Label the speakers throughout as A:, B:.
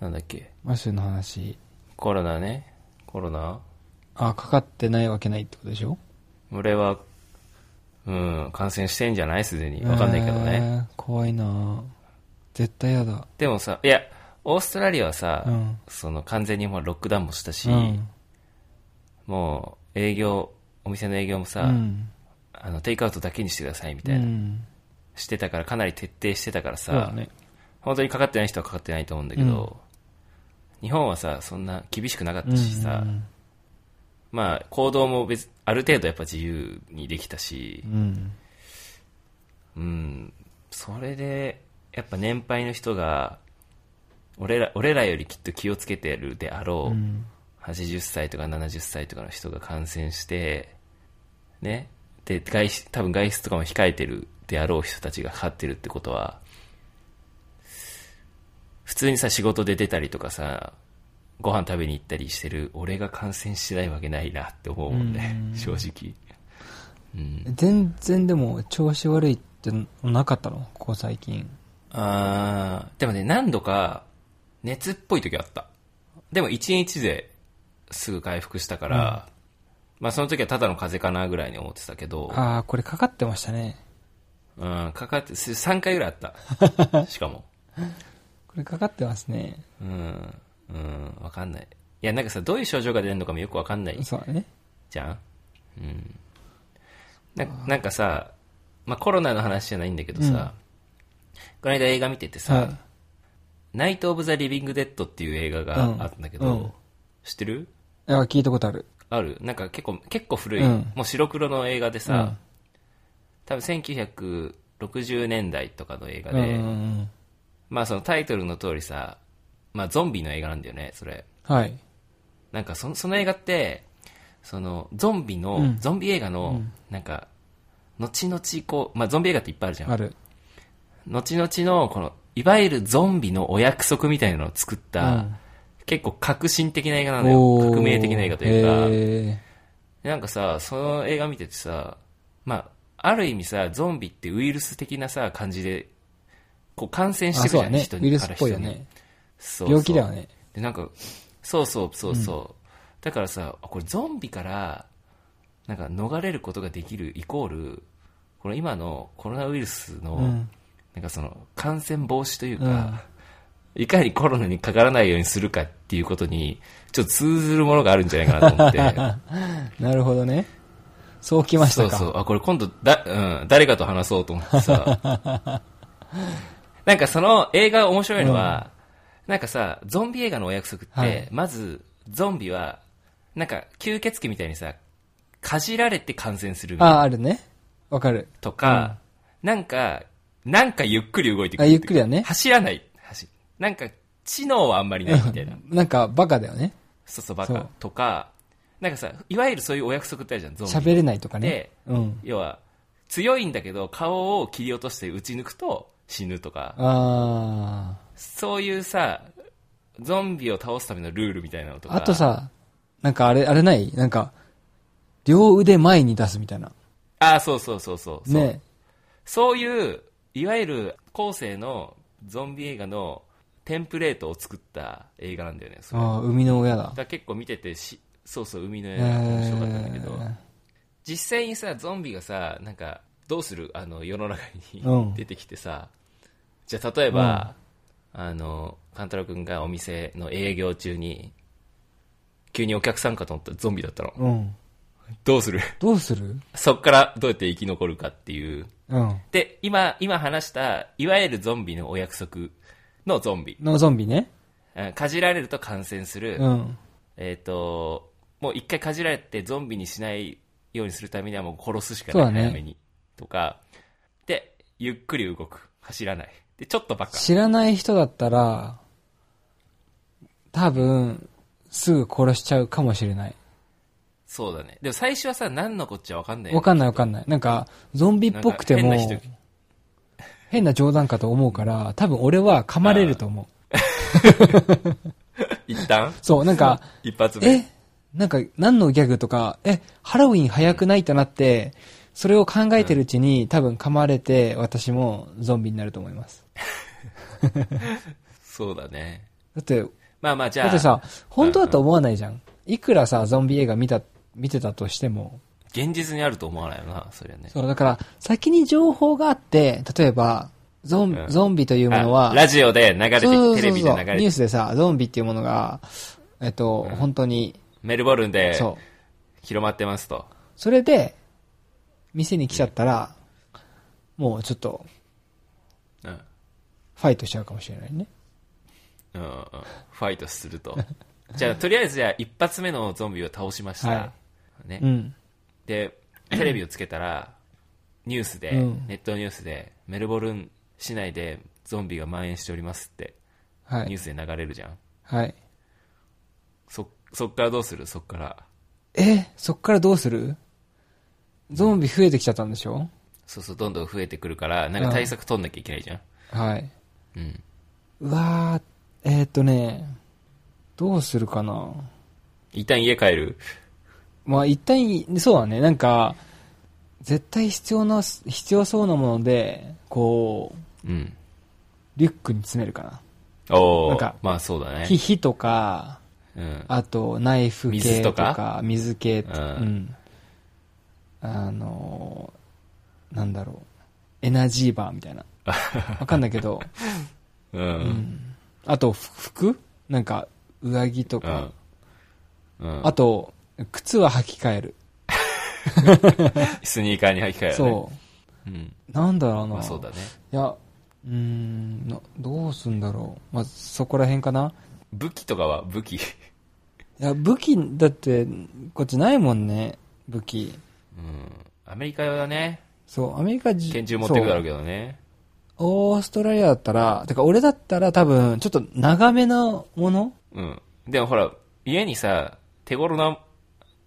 A: なんだっけ
B: マシュの話。
A: コロナね。コロナ
B: あ、かかってないわけないってことでしょ
A: 俺は、うん、感染してんじゃないすでに。わかんないけどね。
B: えー怖いな絶対やだ。
A: でもさ、いや、オーストラリアはさ、
B: うん
A: その完全にもうロックダウンもしたし、
B: うん。
A: もう営業、お店の営業もさ、
B: うん。
A: あの、テイクアウトだけにしてくださいみた
B: う
A: いな、
B: ん。
A: してたから、かなり徹底してたから
B: そうだ
A: さ、
B: ね。
A: 本当にかかってない人はかかってないと思うんだけど、日本はさ、そんな厳しくなかったしさ、
B: うん
A: まあ、行動も別、ある程度やっぱ自由にできたし
B: う、ん。
A: うん、それで、やっぱ年配の人が、俺ら、俺らよりきっと気をつけてるであろう、
B: うん。
A: 80歳とか70歳とかの人が感染して、ね、で、外出、多分外出とかも控えてるであろう人たちがかかってるってことは、普通にさ、仕事で出たりとかさ、ご飯食べに行ったりしてる俺が感染しないわけないなって思うもんね、正直。うん。
B: 全然でも調子悪いってなかったのここ最近。
A: あーでもね、何度か熱っぽい時あった。でも一日ですぐ回復したから、まあその時はただの風邪かなぐらいに思ってたけど、
B: ああ、これかかってましたね。
A: うん、かかって、す3回ぐらいあった。しかも。
B: これかかってますね。
A: うん、うん、わかんない。いや、なんかさ、どういう症状が出るのかもよくわかんない
B: そうだね。
A: じゃんうん。ななんかさ、まあコロナの話じゃないんだけどさ、この間映画見ててさ、
B: はい
A: ナイト・オブ・ザ・リビング・デッドっていう映画があったんだけど、
B: うんうん
A: 知ってる
B: あ聞いたことある。
A: あるなんか結構、結構古い、
B: うん
A: もう白黒の映画で
B: う
A: さ
B: ん、
A: 多分1960年代とかの映画
B: うん
A: で、
B: うんうん。
A: まあそのタイトルの通りさ、まあゾンビの映画なんだよね、それ。
B: はい。
A: なんかそのその映画って、そのゾンビの、
B: うん
A: ゾンビ映画の、なんか、後々こう、まあゾンビ映画っていっぱいあるじゃん。
B: ある。
A: 後々の、この、いわゆるゾンビのお約束みたいなのを作った、
B: うん
A: 結構革新的な映画なのよ。革命的な映画というか。
B: いうか。
A: なんかさ、その映画見ててさ、まあ、ある意味さ、ゾンビってウイルス的なさ、感じで、こう感染し
B: あ、
A: てく
B: そ
A: るじ
B: う
A: ゃ
B: だ
A: ん、
B: ね。
A: 人
B: ウイ
A: に
B: ル
A: か
B: ス
A: ら
B: っぽ
A: 人
B: い
A: に。
B: よね。
A: そうそう
B: 病気だよね。
A: でなんかそうそうそうそう、だからさあこれゾンビからなんか逃れることができるイコールこの今のコロナウイルスの、
B: うん
A: なんかその感染防止という
B: う
A: か
B: ん、
A: いかにコロナにかからないようにするかっていうことにちょっと通ずるものがあるんじゃないかなと 思って
B: なるほどね。そうきまし
A: そ
B: た
A: うそう
B: か。
A: あこれ今度だ、うん、誰かと話そうと思ってさ なんかその映画面白いのは、なんかさゾンビ映画のお約束って、
B: はい
A: まずゾンビはなんか吸血鬼みたいにさかじられて感染するみたい
B: あ、
A: な
B: あるね。わかる。
A: とか、なんかなんかゆっくり動いてく
B: あ
A: るって
B: ゆ
A: いう
B: っくりだね。
A: 走らない走なんか知能はあんまりないみたいな
B: なんか、バカだよね。
A: そうそうバ
B: そ
A: カ
B: う
A: とかなんかさいわゆるそういうお約束ってあるじゃんゾンビ
B: 喋れないとかね
A: で。
B: うん。
A: 要は強いんだけど顔を切り落として撃ち抜くと死ぬとか
B: あ
A: そういうさゾンビを倒すためのルールみたいなのと
B: ー。
A: か
B: あとさ、なんかあれ、あれないなんか、両腕前に出すみたいな。
A: ああそうそうそうそうそう
B: ね。
A: そういういわゆる後世のゾンビ映画のテンプレートを作った映画なんだよねそれだか
B: ああ、生みの親だ。
A: ら結構見ててしそうそう海の
B: え
A: 映画面白かったんだけど、
B: ー
A: 実際にさゾンビがさなんかどうするあの世の中
B: う
A: に
B: ん
A: 出てきてさ、じゃあ例えば、あの勘太郎君がお店の営業中に急にお客さんかと思ったらゾンビだったの
B: うん。
A: どうする
B: どうする
A: そっからどうやって生き残るかっていう
B: うん。
A: で今今話したいわゆるゾンビのお約束のゾンビ
B: のゾンビね。
A: うんかじられると感染する、
B: うん。
A: えっ、と、もう一回かじられてゾンビにしないようにするためにはもう殺すしか
B: そう
A: な
B: だ
A: い、
B: ね
A: 早めに。とか、で、ゆっくり動く。走らない。で、ちょっとバカ。
B: 知らない人だったら、多分、すぐ殺しちゃうかもしれない。
A: そうだね。でも最初はさ、何のこっちゃわかんないよ。
B: わかんないわかんない。なんか、ゾンビっぽくても
A: なんか変な人、
B: 変な冗談かと思うから、多分俺は噛まれると思う。
A: 一 旦
B: そう、なんか、
A: 一発目。
B: えなんか、何のギャグとか、えハロウィン早くないってなって、それを考えてるうちに、多分噛まれて、私もゾンビになると思います。
A: そうだね。
B: だって、
A: まあまあ、じゃあ。
B: だってさ、本当だと思わないじゃん。いくらさ、ゾンビ映画見た、見てたとしても。
A: 現実にあると思わないよな、それはね。
B: そう、だから、先に情報があって、例えば、ゾン,、
A: うん
B: ゾンビというもの
A: あ
B: は、
A: ラジオで流れて
B: そうそうそうそう
A: テレビで流れ
B: ニュ
A: て
B: ースでさ、ゾンビっていうものが、えっと、本当に、
A: メルボルンで
B: そう。
A: 広まってますと。
B: それで、店に来ちゃったら、もうちょっと、
A: うん。
B: ファイトしちゃうかもしれないね。
A: うんうん、ファイトすると。 じゃあ、とりあえずじゃあ、一発目のゾンビを倒しました。
B: は
A: ね
B: うん。
A: で、テレビをつけたら、ニュースで、
B: うん
A: ネットニュースで、メルボルン市内でゾンビが蔓延しておりますって、
B: は
A: ニュー
B: い。
A: スで流れるじゃん。
B: はい。
A: そ、そっからどうするそっから。
B: え、そっからどうするゾンビ増えてきちゃったんでしょ
A: そうそう、どんどん増えてくるから、なんか対策取んなきゃいけないじゃん。
B: はい。
A: うん。
B: うわー、えーっとね、どうするかな。
A: 一旦家帰る
B: まあ一旦、そうだね、なんか、絶対必要な、必要そうなもので、こう、
A: うん。
B: リュックに詰めるか
A: お
B: なん
A: ー
B: か、
A: まあそうだ
B: な。
A: ね
B: 火、。火とか、
A: うん。
B: あと、ナイフ系
A: 水
B: と
A: と
B: か、水
A: か
B: 系と
A: う
B: か、
A: ん
B: うん。あのー、なんだろう、エナジーバーみたい な。わかんないけど、
A: うん。
B: あと、服服なんか、上着と
A: う
B: か
A: ん。。うん。
B: あと、靴は履き替える。
A: スニーカーに履き替えるね。。
B: そう
A: うん。
B: う。なんだろうな。
A: まあそうだね。
B: いや、うーん、などうすんだろう。まあ、そこら辺かな。
A: 武器とかは武器。
B: いや、武器、だって、こっちないもんね、武器。
A: うん。アメリカ用だね。
B: そう、アメリカじ
A: 拳銃持ってくだろう
B: そう
A: けどね。
B: オーストラリアだったら、てか俺だったら多分、ちょっと長めのもの
A: うん。でもほら、家にさ、手頃な、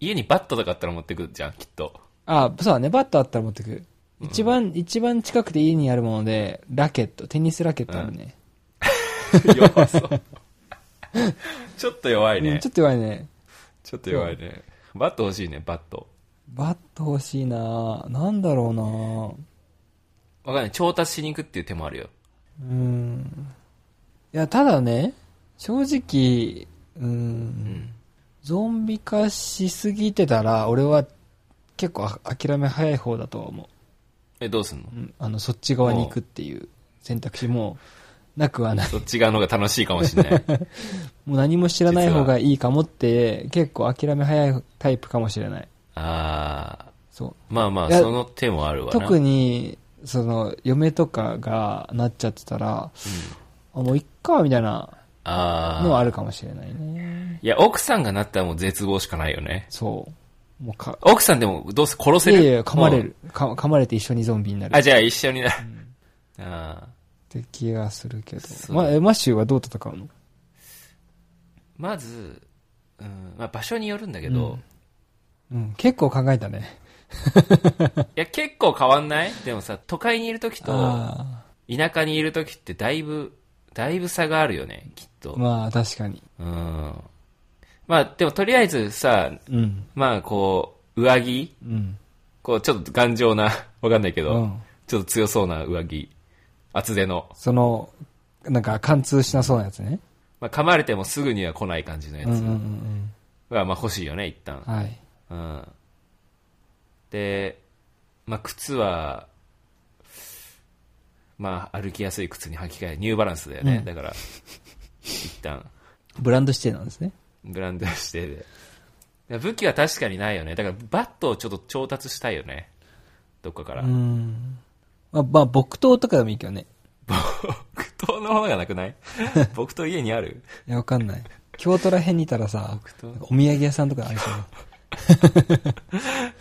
A: 家にバットとかあったら持ってくるじゃん、きっ と。
B: あ、そうだね、バットあったら持ってく。一番、一番近くて家にあるもので、ラケット、テニスラケットあるね。
A: 弱そう。ちょっと弱い
B: うん
A: ね
B: ちょ。っと弱いね。
A: ちょっと弱いね。バット欲しいね、バット。
B: バット欲しいななんだろうな
A: わかんない。調達しに行くっていう手もあるよ。
B: うんいや、ただね、正直、うん、ゾンビ化しすぎてたら、俺は結構あ諦め早い方だとは思
A: え、どうすんの
B: う。うんあの、そっち側に行くっていう選択肢もなくはない。
A: そっち側の方が楽しいかもしれ ない。
B: もう何も知らない方がいいかもって、結構諦め早いタイプかもしれない。
A: あ
B: そう。
A: ー。まあま
B: い
A: あ、
B: や
A: その手もあるわな。
B: 特に、その、嫁とかがなっちゃってたら、あもういっか、みたいな
A: あ
B: のは
A: ー。
B: あるかもしれないね。
A: いや、奥さんがなったらもう絶望しかないよね。
B: そう。もうか、
A: 奥さんでもどうせ殺せ
B: いや
A: る
B: いや、噛まれる。か噛まれて一緒にゾンビにな
A: う
B: る。
A: んあ、
B: っ
A: じゃあ一緒にな。 あー
B: て気がするけど。
A: そう
B: ま、えマッシュはどう戦うの
A: まず、うんまあ、場所によるんだけど、
B: うんうん、結構考えたね。
A: いや、結構変わんないでもさ、都会にいる時と、
B: あ
A: 田舎にいる時ってだいぶ、だいぶ差があるよね、きっ
B: あ。
A: と。
B: まあ、確かに。
A: うん。まあ、でもとりあえずさ、
B: うん。
A: まあ、こう、上着
B: うん。
A: こう、ちょっと頑丈な、 わかんないけど、
B: うん
A: ちょっと強そうな上着。厚手の。
B: その、なんか貫通しなそうなやつね。
A: まあ、噛まれてもすぐには来ない感じのや
B: うんうん
A: つ
B: うんうん。
A: が、まあ、欲しいよね、一旦。
B: はい。
A: うん。で、まあ、靴は、まあ、歩きやすい靴に履き替え、ニューバランスだよね。
B: うん
A: だから、一旦、
B: ブランド指定なんですね。
A: ブランドしてで。いや武器は確かにないよね。だから、バットをちょっと調達したいよね。どっかから。
B: うん。まあ、まあ、木刀とかでもいいけどね。
A: 木刀の方がなくない木刀家にあ る
B: いや、わかんない。京都ら辺にいたらさ、
A: 刀
B: なんかお土産屋さんとかありそう。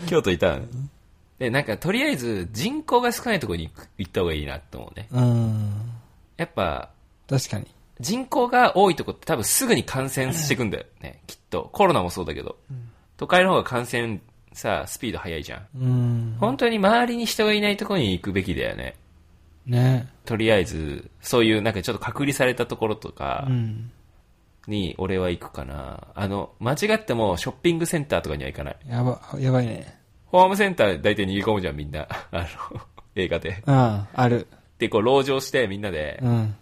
A: 京都いたんで、なんか、とりあえず、人口が少ないところに行く行った方がいいなと思う ね。
B: うん。
A: やっぱ、
B: 確かに。
A: 人口が多いとこって多分すぐに感染していくんだよね、きっと。コロナもそうだけど。都会の方が感染、さ、スピード速いじゃん。
B: うん。
A: 本当に周りに人がいないところに行くべきだよね。
B: ね
A: とりあえず、そういうなんかちょっと隔離されたところとか
B: うん。
A: に俺は行くかな。あの、間違ってもショッピングセンターとかには行かない。
B: やば、やばいね。
A: ホームセンター大体逃げ込むじゃん、みん な。あの、映画で。
B: うん、ある。
A: で、こう、籠城してみんなで
B: う、ん。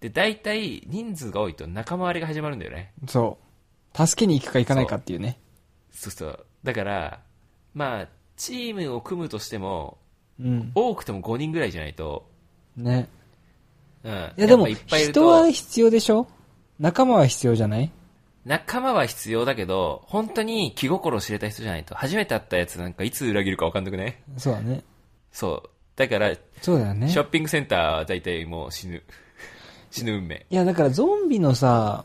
A: で、大体人数が多いと仲間割れが始まるんだよね。
B: そう。助けに行くか行かないかっていうね。
A: そうそう。だから、まあ、チームを組むとしても、
B: うん。
A: 多くても5人ぐらいじゃないと、
B: ね。
A: うん。
B: いやでも、
A: っぱいいると
B: 人は必要でしょ仲間は必要じゃない
A: 仲間は必要だけど、本当に気心を知れた人じゃないと、初めて会ったやつなんかいつ裏切るか分かんなくね。
B: そうだね。
A: そう。だから、シ
B: そうだよね。
A: ョッピングセンターは大体もう死 ぬ。死ぬ運命。
B: いや、だからゾンビのさ、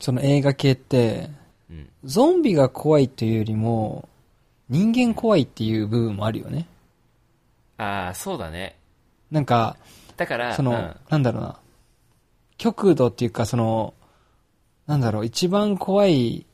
B: その映画系って、
A: うん。
B: ゾンビが怖いというよりも、人間怖いっていう部分もあるよね。
A: ああ、そうだね。
B: なんか、
A: だから、
B: その、
A: うん
B: なんだろうな。極度っていうか、その、なんだろう、一番怖い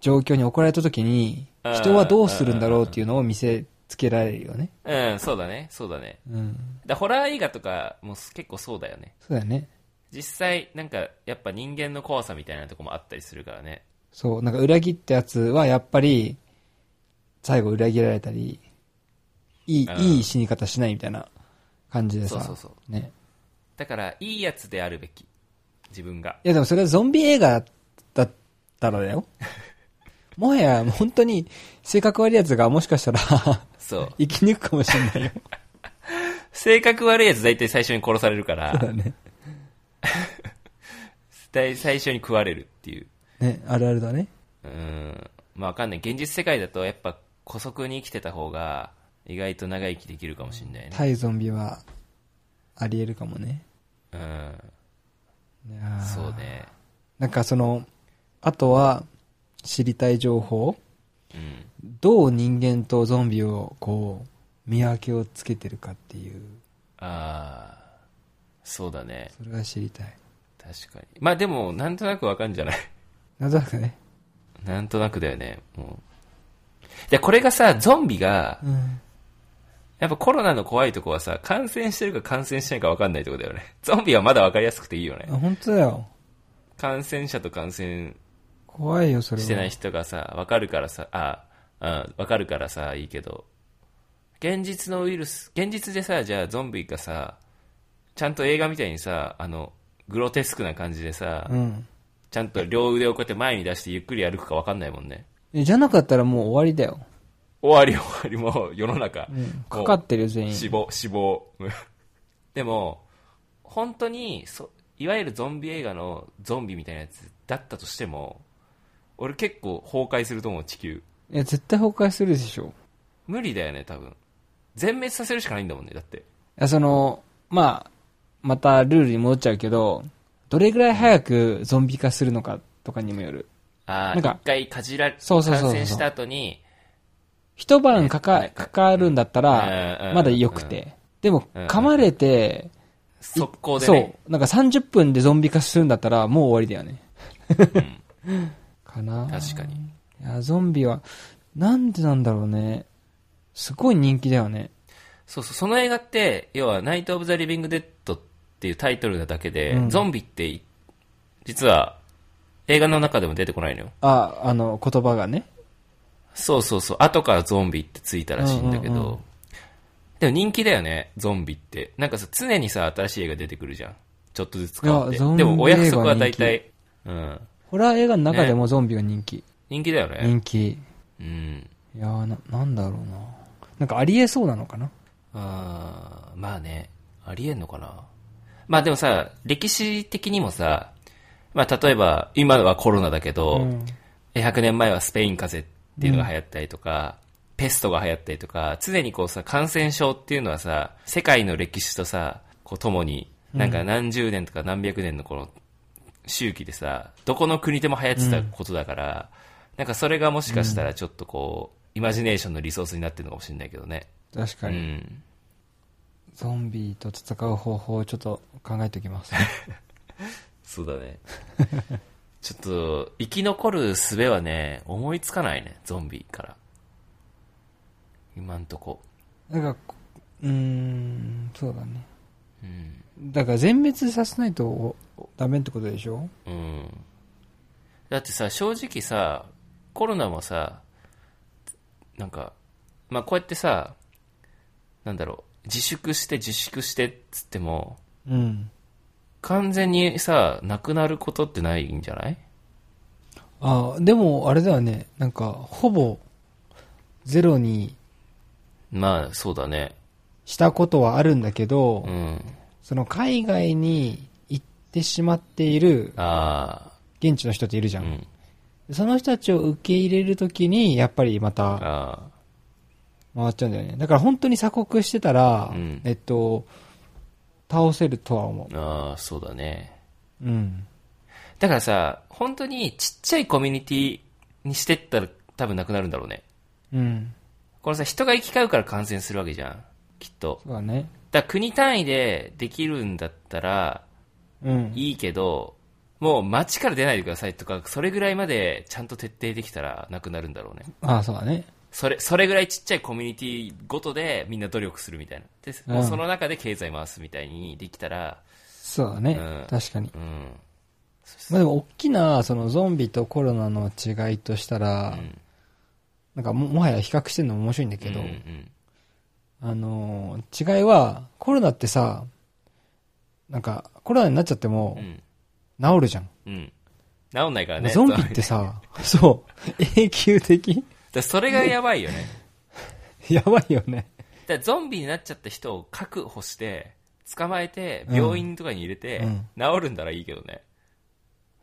B: 状況に送られた時に、
A: あー
B: 人はどうするんだろうっていうのを見せつけられるよね。
A: うん、そうだね。そうだね。
B: うん。
A: だホラー映画とかも結構そうだよね。
B: そうだよね。
A: 実際、なんか、やっぱ人間の怖さみたいなとこもあったりするからね。
B: そう、なんか裏切ったやつはやっぱり、最後裏切られたり、いい
A: うん、
B: いい死に方しないみたいな感じで
A: そ
B: さ。
A: うそうそう
B: ね。
A: だから、いいやつであるべき。自分が。
B: いやでもそれはゾンビ映画だったら だよ。もはや本当に性格悪いやつがもしかしたら
A: そう。
B: 生き抜くかもしれ ないよ。
A: 性格悪いやつ大体最初に殺されるから、
B: だね。
A: 大最初に食われるっていう。
B: ね、あるあるだね。
A: うーん。まあわかんない。現実世界だとやっぱ古速に生きてた方が意外と長生きできるかもしんないね。
B: 対ゾンビはあり得るかもね。
A: うん。
B: いやー
A: そう。ね。
B: なんかその、あとは知りたい情報
A: うん。
B: どう人間とゾンビをこう、見分けをつけてるかっていう、
A: ああ。そうだね。
B: それが知りたい。
A: 確かに。まあでも、なんとなくわかんじゃない
B: なんとなくね。
A: なんとなくだよね。もう。で、これがさ、ゾンビが、
B: うん。
A: やっぱコロナの怖いとこはさ、感染してるか感染してないかわかんないとこだよね。 ゾンビはまだわかりやすくていいよね
B: あ、。本当だよ。
A: 感染者と感染
B: 怖いよ、それは。
A: してない人がさ、わかるからさ、あ、あ、わかるからさ、いいけど、現実のウイルス、現実でさ、じゃあゾンビがさ、ちゃんと映画みたいにさ、あの、グロテスクな感じでさ、
B: うん。
A: ちゃんと両腕をこうやって前に出してゆっくり歩くかわかんないもんね。
B: えじゃなかったらもう終わりだよ。
A: 終わり終わりもう世の中、
B: うん。かかってるよ、全員。
A: 死亡、死亡。 でも、本当にそ、いわゆるゾンビ映画のゾンビみたいなやつだったとしても、俺結構崩壊すると思う、地球。
B: いや、絶対崩壊するでしょ。
A: 無理だよね、多分。全滅させるしかないんだもんね、だって。
B: いや、その、まあ、またルールに戻っちゃうけど、どれぐらい早くゾンビ化するのかとかにもよる。
A: ああ、
B: なんか
A: 一回かじら、
B: そうそうそうそう
A: 感染した後に、
B: 一晩かか
A: ね、
B: かかるんだった
A: うんうん
B: ら
A: う、ん
B: まだ良くて。でも、
A: うんうん
B: 噛まれて、
A: 速攻で
B: そ
A: ね。
B: う、なんか30分でゾンビ化するんだったら、もう終わりだよね。かな
A: 確かに。
B: いや、ゾンビは、なんでなんだろうね。すごい人気だよね。
A: そうそう、その映画って、要は、ナイト・オブ・ザ・リビング・デッドっていうタイトルなだけで、
B: うん
A: ゾンビってい、実は、映画の中でも出てこないのよ。
B: あ、あの、言葉がね。
A: そうそうそう、後からゾンビってついたらしいんだけど、
B: うんうんうん
A: でも人気だよね、ゾンビって。なんかさ、常にさ、新しい映画出てくるじゃん。ちょっとずつ変わっ
B: い
A: て。
B: やゾンビ
A: でも、お約束は大
B: 映
A: 体、うん、
B: ホラー映画の中でもゾンビが人気。
A: 人気だよね。
B: 人気。
A: うん。
B: いやーな、なんだろうな。なんかありえそうなのかな
A: あーまあね、ありえんのかな。まあでもさ、歴史的にもさ、まあ例えば、今はコロナだけど、
B: うん
A: 100年前はスペイン風邪っていうのが流行ったりとか、ペストが流行ったりとか、常にこうさ、感染症っていうのはさ、世界の歴史とさ、こう共に、なんか何十年とか何百年のこの周期でさ、どこの国でも流行ってたことだから、なんかそれがもしかしたらちょっとこう、イマジネーションのリソースになってるのかもしれないけどね。
B: 確か
A: う
B: に、
A: ん。
B: ゾンビと戦う方法をちょっと考えておきます。
A: そうだね。 ちょっと、生き残る術はね、思いつかないね、ゾンビから。今んとこ。
B: なんか、こうーん、そうだね。
A: うん。
B: だから全滅させないとダメってことでしょ
A: うん。だってさ、正直さ、コロナもさ、なんか、まあこうやってさ、なんだろう、自粛して自粛してっつっても、
B: うん。
A: 完全にさ、なくなることってないんじゃない
B: ああ、でも、あれだよね。なんか、ほぼ、ゼロに
A: まあ、そうだね。
B: したことはあるんだけど、
A: うん。
B: その海外に行ってしまっている
A: あ
B: 現地の人っているじゃ。
A: あ、うんん。
B: その人たちを受け入れるときに、やっぱりまた
A: あ
B: 回っちゃうんだよね。だから本当に鎖国してたら、
A: うん
B: えっと、倒せるとは思
A: あ、ああ、そうだね。
B: う。うん。
A: だからさ、本当にちっちゃいコミュニティにしてったら多分なくなるんだろうね。
B: うん。
A: このさ、人が行き交うから感染するわけじゃん。きっと。
B: そうだね。
A: だから国単位でできるんだったら
B: うん。
A: いいけど、もう街から出ないでくださいとか、それぐらいまでちゃんと徹底できたらなくなるんだろうね。
B: ああ、そうだね。
A: それ、それぐらいちっちゃいコミュニティごとでみんな努力するみたいな。で、もうその中で経済回すみたいにできたら、
B: そうだね。
A: うん
B: 確かに。
A: うん。
B: まあでも、大きな、そのゾンビとコロナの違いとしたら、
A: うん
B: なんかも、もはや比較してるのも面白いんだけど、
A: うんうん
B: あのー違いは、コロナってさ、なんか、コロナになっちゃっても
A: う、ん。
B: 治るじゃん。
A: うん。治んないからね。
B: ゾンビってさ、そう、永久的
A: だそれがやばいよね。
B: やばいよね。
A: だゾンビになっちゃった人を確保して、捕まえて、病院とかに入れて、
B: うん
A: 治るんだらいいけどね。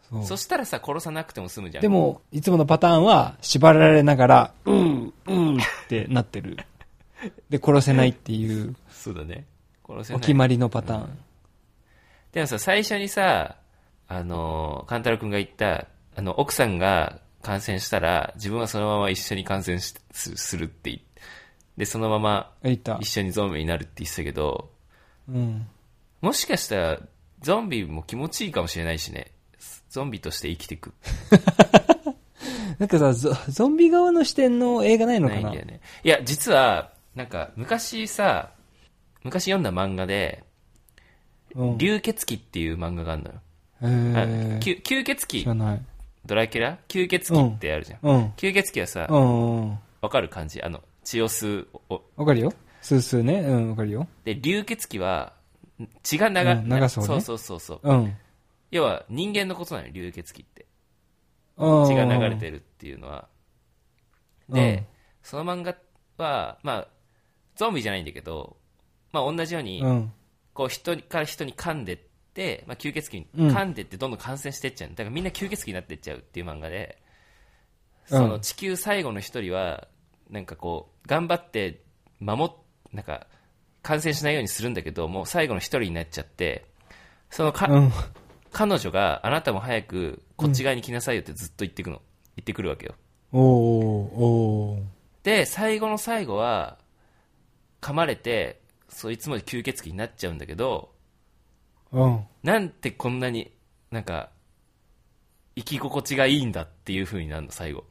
B: そう
A: そしたらさ、殺さなくても済むじゃん。
B: で、も、いつものパターンは、縛られながら、うん、うんってなっ てる。で、殺せないっていう、
A: そうだね。殺せ
B: お
A: ない。
B: 決まりのパターン。
A: でもさ、最初にさ、あのー、カンタロ君が言った、あの、奥さんが感染したら、自分はそのまま一緒に感染しすするって言っで、そのまま
B: えいた
A: 一。緒にゾンビになるって言ってたけど、
B: うん。
A: もしかしたら、ゾンビも気持ちいいかもしれないしね。ゾンビとして生きていく。
B: なんかさ、ゾゾンビ側の視点の映画ないの
A: な
B: か
A: いん
B: な
A: だよね。いや、実は、なんか、昔さ、昔読んだ漫画で、
B: うん。
A: 流血鬼っていう漫画があるのよ。
B: え
A: あ
B: ー、
A: きゅ吸血
B: 知ら
A: 鬼、
B: ない。
A: ドラキュラ吸血鬼ってあるじゃん。
B: うん。
A: 吸血鬼はさ
B: う、ん。うん
A: わかる感じあの、血を吸う。お
B: わかるよ。スースーね。うん、わかるよ。
A: で、流血鬼は、血が長、
B: うん長そうね
A: そうそうそうそう。
B: うん。
A: 要は、人間のことなのよ、流血鬼って。
B: 血
A: 血が流れてるっていうのは。で、
B: うん
A: その漫画は、まあ、ゾンビじゃないんだけど、まあ同じように、
B: うん。
A: こう人にから人に噛んでって、まあ、吸血鬼
B: う
A: に
B: ん
A: 噛んでってどんどん感染してっちゃう、だからみんな吸血鬼になってっちゃうっていう漫画で、
B: うん
A: その地球最後の一人はなんかこう頑張って守っなんか感染しないようにするんだけどもう最後の一人になっちゃってそのか、
B: うん。
A: 彼女があなたも早くこっち側に来なさいよってずっと言ってくの、言ってくるわけよ
B: おーおー
A: で最後の最後は噛まれてそういつも吸血鬼になっちゃうんだけど
B: うん。
A: なんてこんなになんか生き心地がいいんだっていう風になるの最後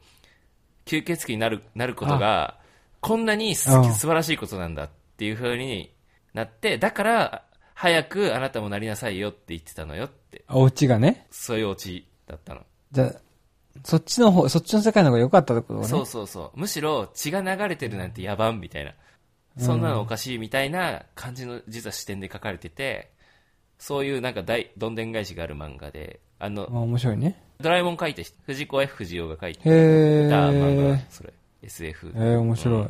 A: 吸血鬼になるなることがこんなにす
B: うん
A: 素晴らしいことなんだっていう風になってだから早くあなたもなりなさいよって言ってたのよって
B: あ、オチがね。
A: そういうオチだったの、
B: じゃあそっちの方、そっちの世界の方が良かったってことね。
A: そうそうそうむしろ血が流れてるなんて野蛮みたいなそんなのおかしいみたいな感じの実は視点で書かれててそういうなんか大どんでん返しがある漫画であの
B: あ、面白いね。
A: ドラえもん書いた人、藤子 F 不二雄が書いた
B: へ
A: 漫
B: え。
A: 画、
B: ー。
A: それ、SF。
B: え
A: だか
B: ー、面白い。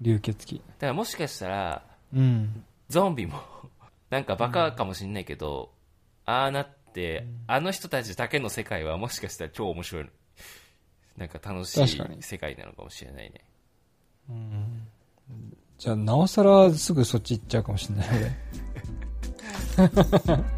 B: 流血
A: らもしかしたら、
B: 鬼。うん。
A: ゾンビも、 なんかバカかもしんないけど、ああなって、あの人たちだけの世界はもしかしたら超面白い、なんか楽し
B: 確か
A: い
B: に
A: 世界なのかもしれないね。
B: じゃあ、なおさらすぐそっち行っちゃうかもしれない、俺。